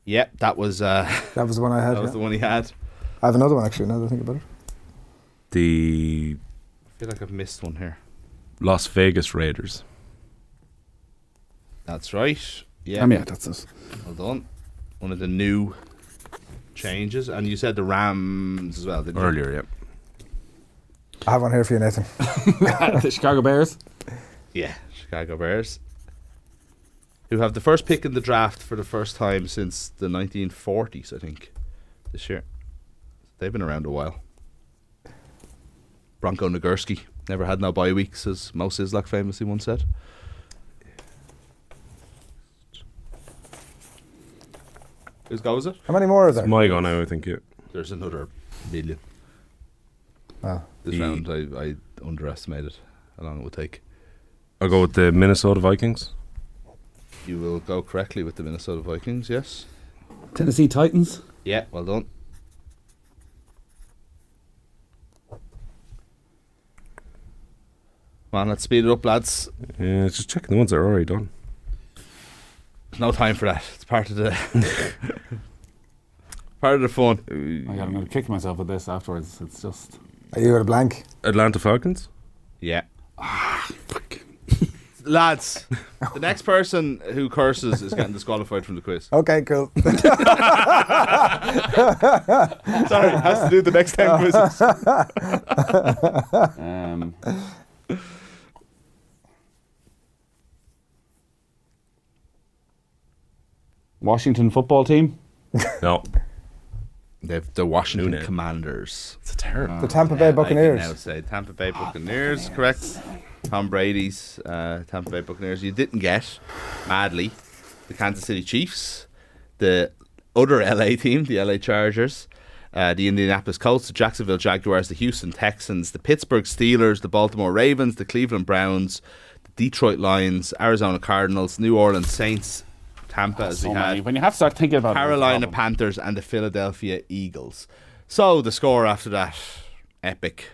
Yep, that was uh,
That was the one I had.
that was
yeah.
the one he had.
I have another one actually. Now that I think about it.
The
I feel like I've missed one here.
Las Vegas Raiders.
That's right. Yeah.
Um, yeah, that's it.
Well done. One of the new changes. And you said the Rams as well, didn't you?
Earlier, yeah.
I have one here for you, Nathan.
the Chicago Bears.
Yeah, Chicago Bears. Who have the first pick in the draft for the first time since the 1940s, I think, this year. They've been around a while. Bronco Nagurski. Never had no bye weeks, as Mo Sizlak famously once said. Whose go is it?
How many more are there?
My go now, I think, yeah.
There's another million.
Oh.
This
The-
round I, I underestimated how long it would take.
I'll go with the Minnesota Vikings.
You will go correctly with the Minnesota Vikings, yes?
Tennessee Titans.
Yeah, well done. Come on, let's speed it up, lads.
Yeah, just checking the ones that are already done.
No time for that. It's part of the part of the fun.
I got, I'm going to kick myself with this afterwards. It's just.
Are you at a blank?
Atlanta Falcons.
Yeah. Ah, Lads, the next person who curses is getting disqualified from the quiz.
Okay, cool.
Sorry, has to do the next 10 quizzes.
Um, Washington football team.
No.
They've the Washington
Nunez.
Commanders.
It's a terror.
the Tampa Bay
Yeah, I can now
Buccaneers.
say Tampa Bay Buccaneers, correct? Tom Brady's uh, Tampa Bay Buccaneers. You didn't get, madly, the Kansas City Chiefs, the other LA team, the LA Chargers, uh, the Indianapolis Colts, the Jacksonville Jaguars, the Houston Texans, the Pittsburgh Steelers, the Baltimore Ravens, the Cleveland Browns, the Detroit Lions, Arizona Cardinals, New Orleans Saints, Tampa as we
So
had,
many. When you have to start thinking about it, it's a
Carolina
problem.
Panthers and the Philadelphia Eagles. So the score after that epic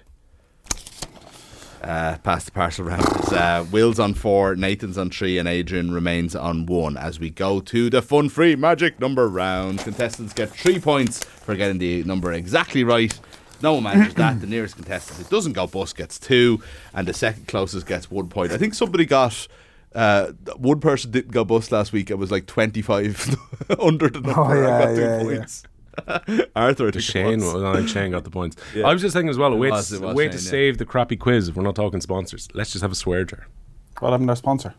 uh, past the parcel round is uh, Will's on four, Nathan's on three, and Adrian remains on one as we go to the fun free magic number round. Contestants get three points for getting the number exactly right. No one manages that. The nearest contestant that doesn't go bust gets two, and the second closest gets one point. I think somebody got. Uh, one person didn't go bust last week. It was like twenty-five under the number. I
Oh, yeah,
got two
yeah, yeah.
points. Arthur, I think it
Shane,
was.
well, I think Shane got the points.
Yeah.
I was just thinking as well, a
It
way,
was-
to,
it was
way to
Shane, yeah.
save the crappy quiz if we're not talking sponsors. Let's just have a swear jar.
What happened to our sponsor?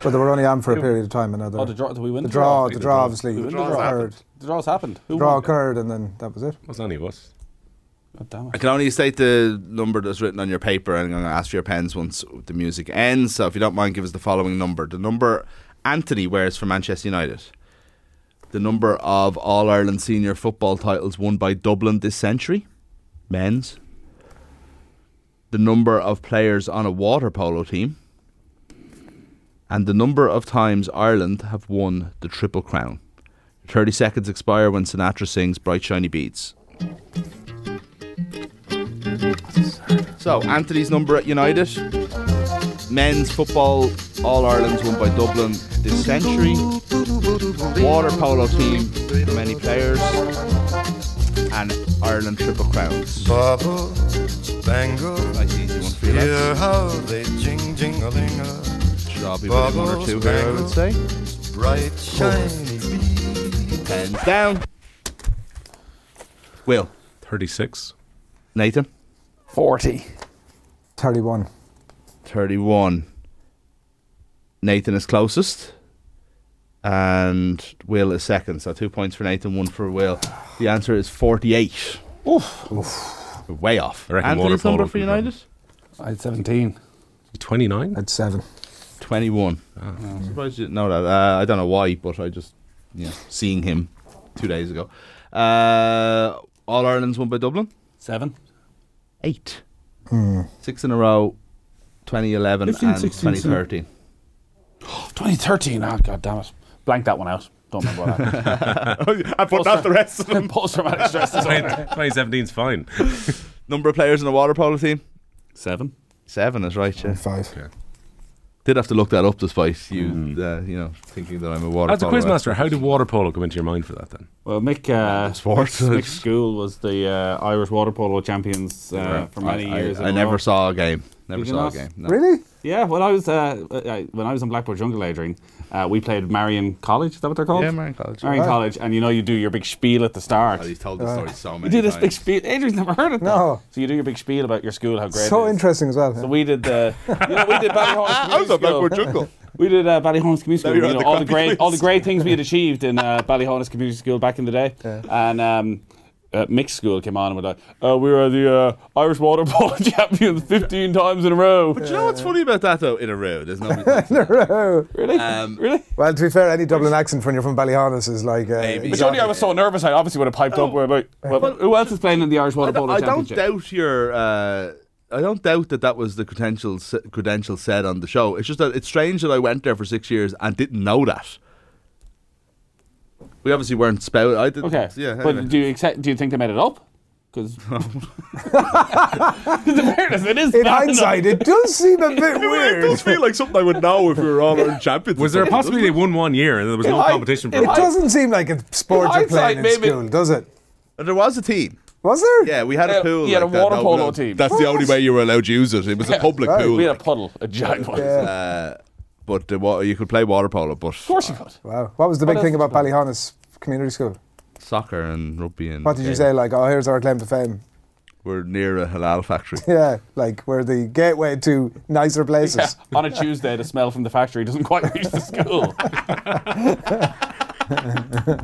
But they were only on for a period of time. I know
Oh, the draw. Did we win
The draw,
The
the draw obviously.
We win the
draw
draw.
occurred.
The draw's happened. Who
draw
won?
occurred, and then that was it.
Was any of us?
God damn it.
I can only state the number that's written on your paper, and I'm going to ask for your pens once the music ends. So, if you don't mind, give us the following number. The number Anthony wears for Manchester United. The number of All Ireland senior football titles won by Dublin this century, men's. The number of players on a water polo team. And the number of times Ireland have won the Triple Crown. 30 seconds expire when Sinatra sings Bright Shiny Beads. So, Anthony's number at United. Men's football, All Ireland's won by Dublin this century. Water polo team, many players. And Ireland Triple Crowns.
Bubble, bangle,
nice easy one for you.
hear
lads.
how they jing jing a ling a.
Should all be winning one or two here, I would say.
Bright shiny
Pens down. Will.
36.
Nathan.
40.
31.
31. Nathan is closest. And Will is second. So two points for Nathan, one for Will. The answer is 48.
Oof.
Way off.
I reckon
Anthony's
water polo
number
would
for
be
United?
I had 17.
29?
I had 7.
21.
Ah.
Oh, I'm surprised you didn't know that. Uh, I don't know why, but I just, yeah, seeing him two days ago. Uh, All Ireland's won by Dublin?
Seven.
Eight. Six in a row, 2011
15,
and
16,
2013.
2013. Oh, God damn it. Blank that one out. Don't remember what happened.
I put out the rest of
them. Post traumatic stress disorder.
2017's fine.
Number of players in the water polo team?
Seven.
Seven is right, yeah.
Five.
Did have to look that up despite you, uh, you know, thinking that I'm a water
As a
polo
quizmaster,
expert.
how did water polo come into your mind for that then?
Well, Mick, uh,
Sports.
Mick School was the uh, Irish water polo champions uh,
Right.
for many
I- I-
years. in
I
a
never
row.
saw a game.
Did
Never
you
saw
not?
a game. no.
Really?
Yeah. When I was uh, uh, uh, when I was in Blackpool Jungle, Adrian, uh, we played Marion College. Is that what they're called?
Yeah, Marion College.
Marion
Right.
College, and you know you do your big spiel at the start.
he's told the story so
You
many
do this big
times.
spiel. Adrian's never heard it. No. So you do your big spiel about your school, how great.
So
it is.
interesting as well.
So we did the. You know, we did Ballyhomes Community
I was at
School.
Blackwood Jungle.
We did uh, Ballyhomes Community
Now
School. You
you're at
know,
the
all the
crappy quiz.
great, all the great things we had achieved in uh, Ballyhomes Community School back in the day, and. Um, uh, mixed school came on and we're like, uh, we were the uh, Irish water polo champions 15 times in a row.
But you know what's funny about that though? In a row, there's nobody. thinks that.
really? really?
Well, to be fair, any Dublin accent when you're from Ballyhonus is like. Uh,
But surely I was so nervous I obviously would have piped up. Where, like, Oh. well, who else is playing in the Irish water polo
I don't
championship?
doubt your. Uh, I don't doubt that that was the credentials credential said on the show. It's just that it's strange that I went there for six years and didn't know that. We obviously weren't spout. I didn't.
Okay.
Yeah.
but
anyway.
do you accept, do you think they made it up? Because fairness, it is.
In
bad
hindsight,
enough.
it does seem a bit weird.
It does feel like something I would know if we were all in champions.
Was there a possibility they won one year and there was
In
no
hind-
competition for
It
it?
doesn't seem like a sport
In
you're
hindsight,
playing in
maybe-
school, does it?
There was a team.
Was there?
Yeah, we had a
Yeah,
pool.
you had
like
a
that.
water
No,
polo
no,
team.
That's the only way you were allowed to use it. It was a public
Right.
pool.
We had a puddle, a giant one.
Uh, but the wa- you could play water polo, but
Of course you could.
Wow. What was the
What
big thing
else
about Ballyhonus Community School?
soccer and rugby and
What did you say? Like, oh, here's our claim to fame.
We're near a halal factory.
Yeah, like we're the gateway to nicer
Yeah,
places.
on a Tuesday, the smell from the factory doesn't quite reach the school.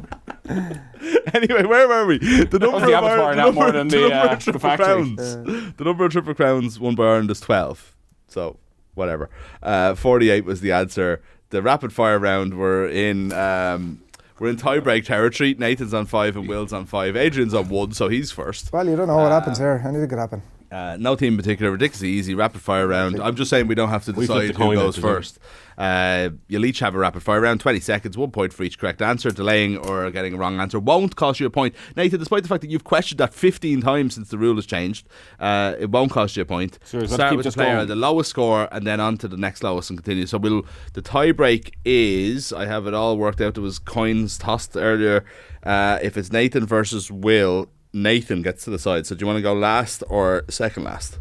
anyway, where were we? The number
the
of
abattoir
Ireland-
now
the number-
more than
the
the,
number
uh,
of
the
triple
factory.
crowns. The number of triple crowns won by Ireland is twelve. So whatever. Uh, Forty-eight was the answer. The rapid fire round we're in. Um, we're in tiebreak territory. Nathan's on five and Will's on five. Adrian's on one, so he's first.
Well, you don't know what happens here. Anything could happen.
Uh, no team in particular, ridiculously easy rapid fire round. I'm just saying we don't have to
We flipped
decide
the
who
coin
goes
out, didn't we?
first. Uh, you'll each have a rapid fire round, 20 seconds, one point for each correct answer. Delaying or getting a wrong answer won't cost you a point. Nathan, despite the fact that you've questioned that 15 times since the rule has changed, uh, it won't cost you a point.
Sure, let's
Start
keep
with the
just
player
going.
at the lowest score and then on to the next lowest and continue. So we'll the tie break is I have it all worked out. There was coins tossed earlier. Uh, if it's Nathan versus Will, Nathan gets to the side. So do you want to go last or second last?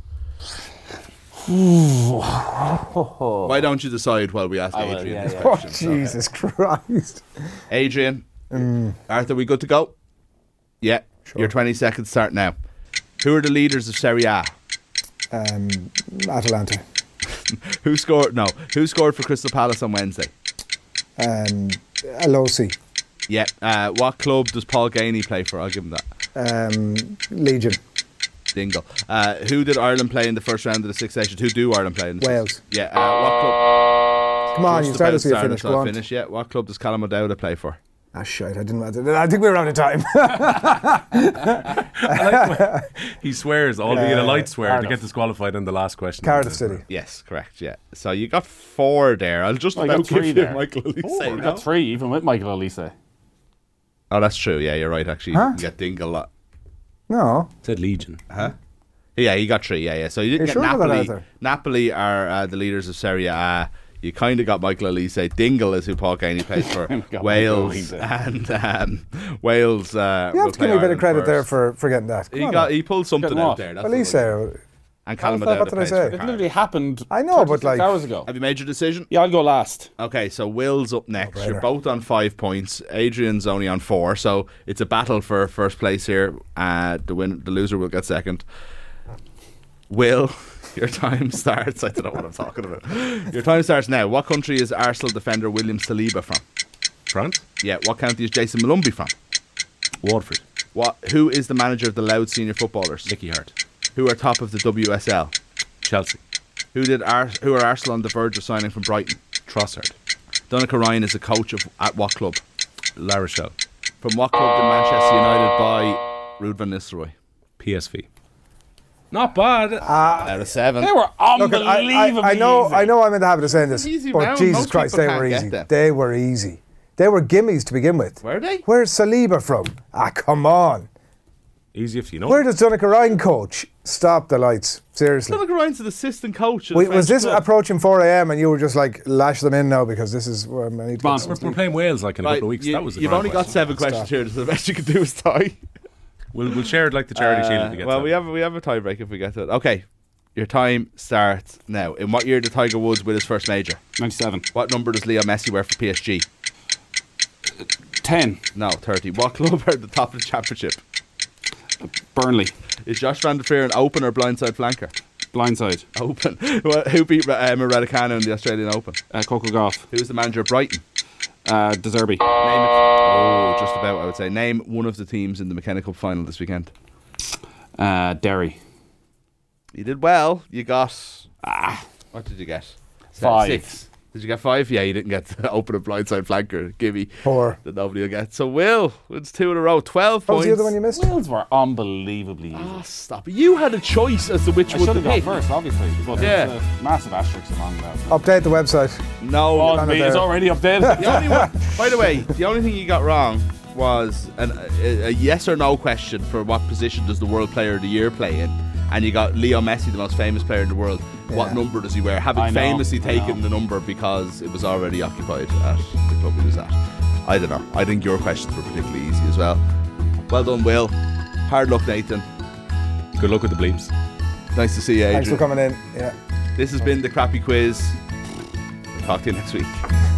Why don't you decide while we ask
Oh. I will,
Adrian
yeah,
this
yeah.
question?
Oh, Jesus Christ.
Adrian,
Mm.
Arthur, we good to go? Yeah. Your 20 seconds start now. Who are the leaders of Serie A?
Um, Atalanta.
Who scored? No. Who scored for Crystal Palace on Wednesday?
Um, Alosi.
Yeah. Uh, what club does Paul Gainey play for? I'll give him that.
Um, Legion.
Dingle. Uh, who did Ireland play in the first round of the Six Nations? Who do Ireland play in? The
Wales.
Yeah. Uh, what club?
Come on,
Just
you started
about
us with your
started
finish,
us on
go on.
finish. Yeah. What club does Callum O'Dowda play for?
Ah, shit, I didn't. I didn't- I think we were out of time.
He swears, albeit
Uh,
a light swear, to
Cardiff.
get disqualified in the last question.
Cardiff City.
Yes, correct. Yeah. So you got four there. I'll just
I
about
Oh, got
give
three
you
there.
Michael Olise.
I
now.
got three, even with Michael Olise.
Oh, that's true. Yeah, you're right. Actually,
Huh?
you get Dingle uh, a lot.
No.
Said Legion.
Huh? Yeah, you got three. Yeah, yeah. So you
Are
didn't
you
get
sure about that,
Napoli.
Arthur?
Napoli are uh, the leaders of Serie A. You kind of got Michael Elise. Dingle is who Paul Gainey plays for.
Got
Wales
Michael
and um, Wales. Uh,
You
will
have to give
play
me a bit of
Ireland
credit
first.
there for, for getting that.
He got he pulled something out there. That's
At least
And
How
Callum
the fuck-
O'Dowd
what did I
plays
say?
for
It
Cardiff.
Literally happened.
I know, but like
hours ago.
Have you made your decision?
Yeah, I'll go last.
Okay, so Will's up next.
Right
You're
there.
both on five points. Adrian's only on four, so it's a battle for first place here. Uh, the win, the loser will get second. Will, your time starts. I don't know what I'm talking about. Your time starts now. What country is Arsenal defender William Saliba from?
France.
Yeah. What county is Jason Malumbi from?
Waterford.
What? Who is the manager of the Loud Senior Footballers?
Nicky Hart.
Who are top of the WSL?
Chelsea.
Who did? Ar- who are Arsenal on the verge of signing from Brighton?
Trossard.
Donica Ryan is a coach of at what club?
La Rochelle.
From what club did Manchester United buy Ruud van Nistelrooy?
PSV. Not bad.
Uh,
Out of seven.
Look, I- I, I, know, I know I'm in the habit of saying this,
Easy
but
round,
Jesus
most
Christ,
people
they were
can't get
easy.
them.
They were easy. They were gimmies to begin with.
Were they?
Where's Saliba from? Ah, come on.
Easy if you know.
Where does Donica Ryan coach? Stop the lights. Seriously.
Donica Ryan's an assistant coach. at
Wait,
the
was
French
this
club.
approaching 4 a.m. and you were just like, lash them in now because this is where I need to
Come
get
on,
some
we're,
sleep.
we're playing Wales like in a
Right,
couple of weeks.
you-
that was. A
you've
grand
only got
question.
seven questions here, so the best you can do is tie.
We'll, we'll share it like the charity shield. If
Uh,
you get
well,
that.
we have we have a tiebreak if we get to it. Okay, your time starts now. In what year did Tiger Woods win his first major?
Ninety-seven.
What number does Leo Messi wear for PSG?
Ten.
No, thirty. What club are at the top of the championship?
Burnley.
Is Josh Van Der Fier an open or blindside flanker?
Blindside.
Open. Well, Who beat um, Raducanu in the Australian Open?
Uh, Coco Goff.
Who was the manager of Brighton?
Uh, Deserby. Name it.
Oh, just about. I would say. Name one of the teams in the mechanical final this weekend.
Uh, Derry.
You did well. You got. Ah, what did you get? Se-
Five.
Six. Did you get five? Yeah, you didn't get to open a blindside flanker. Gimme.
Four.
That nobody will get. So Will wins two in a row. Twelve
What was
points.
the other one you missed?
Wales were unbelievably easy.
Ah, stop. it. You had a choice as to which
I
one
should
to
have gone
pick.
first, obviously. But
Yeah.
yeah. there's a massive asterisk along that.
Update the website.
No,
Oh,
none
it's
of
me, it's
there.
already updated.
The only one, by the way, the only thing you got wrong was an, a, a yes or no question for what position does the World Player of the Year play in, and you got Leo Messi, the most famous player in the world. What
Yeah.
number does he wear? Having
I know,
famously
I
taken
know.
the number because it was already occupied at the club he was at. I don't know. I think your questions were particularly easy as well. Well done, Will. Hard luck, Nathan.
Good luck with the bleeps.
Nice to see you, Adrian.
Thanks for coming in. Yeah.
This has been the crappy quiz. Talk to you next week.